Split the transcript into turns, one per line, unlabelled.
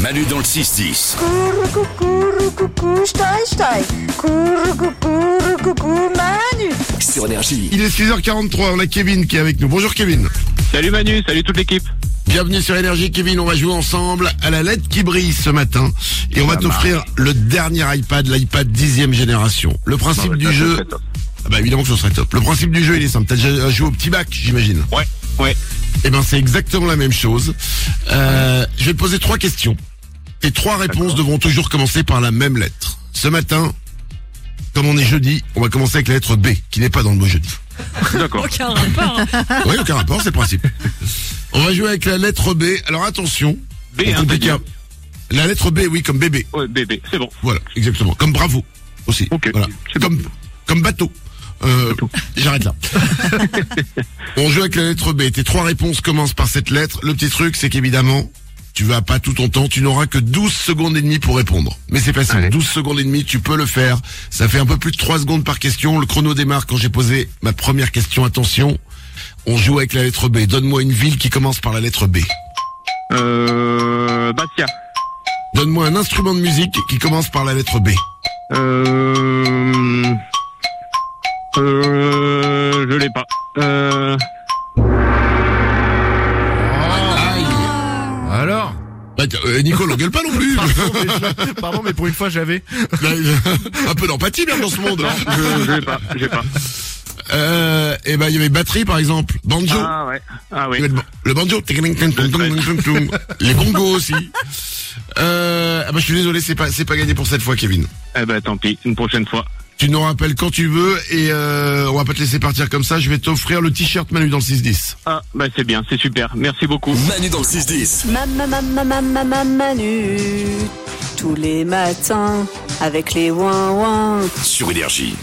Manu dans le 6-10.
Couru, coucou, coucou, je t'aille, je t'aille. Couru, coucou, coucou, Manu.
sur énergie.
Il est 6h43, on a Kevin qui est avec nous. Bonjour Kevin.
Salut Manu, salut toute l'équipe.
Bienvenue sur Énergie Kevin, on va jouer ensemble à la lettre qui brille ce matin et on va t'offrir le dernier iPad, l'iPad 10e génération. Le principe
Ouais,
du
ça,
jeu...
ça serait top.
Ah bah évidemment que ce serait top. Le principe du jeu il est simple, t'as déjà joué au petit bac j'imagine.
Ouais, ouais.
Eh ben c'est exactement la même chose. Euh, je vais te poser trois questions. Et trois réponses devront toujours commencer par la même lettre. Ce matin, comme on est jeudi, on va commencer avec la lettre B, qui n'est pas dans le mot jeudi.
D'accord.
Aucun rapport. hein.
Oui, aucun rapport, c'est le principe. On va jouer avec la lettre B. Alors attention,
B,
on
hein,
complique
t'as
un- La lettre B, oui, comme bébé.
Ouais, bébé, c'est bon.
Voilà, exactement. Comme bravo aussi.
Ok,
Voilà.
c'est bon.
Comme, comme bateau. Euh, J'arrête là. On joue avec la lettre B. Tes trois réponses commencent par cette lettre. Le petit truc, c'est qu'évidemment, tu vas pas tout ton temps. Tu n'auras que 12 secondes et demie pour répondre. Mais c'est facile.
Allez.
12 secondes et demie, tu peux le faire. Ça fait un peu plus de 3 secondes par question. Le chrono démarre quand j'ai posé ma première question. Attention. On joue avec la lettre B. Donne-moi une ville qui commence par la lettre B.
Euh, Bastia.
Donne-moi un instrument de musique qui commence par la lettre B.
Euh, euh, je l'ai pas. Euh,
Alors
Bah, t- euh, Nico, l'engueule pas non plus. Bah, euh,
Pardon, mais pour une fois, j'avais.
un peu d'empathie même dans ce monde. hein.
je, je l'ai pas, j'ai pas.
Euh, et ben il y avait batterie par exemple, banjo,
Ah ouais, ah
Il y
ouais.
avait le, ban- le banjo, les bongos aussi. Euh, ah ben, je suis désolé, c'est pas c'est pas gagné pour cette fois, Kevin.
Eh ben tant pis, une prochaine fois.
Tu nous rappelles quand tu veux et euh, on va pas te laisser partir comme ça. Je vais t'offrir le t-shirt Manu dans le 6-10.
Ah bah c'est bien, c'est super. Merci beaucoup.
Manu dans le 6-10.
Maman, maman, maman, maman, Manu. Tous les matins, avec les ouin-ouin.
Sur énergie.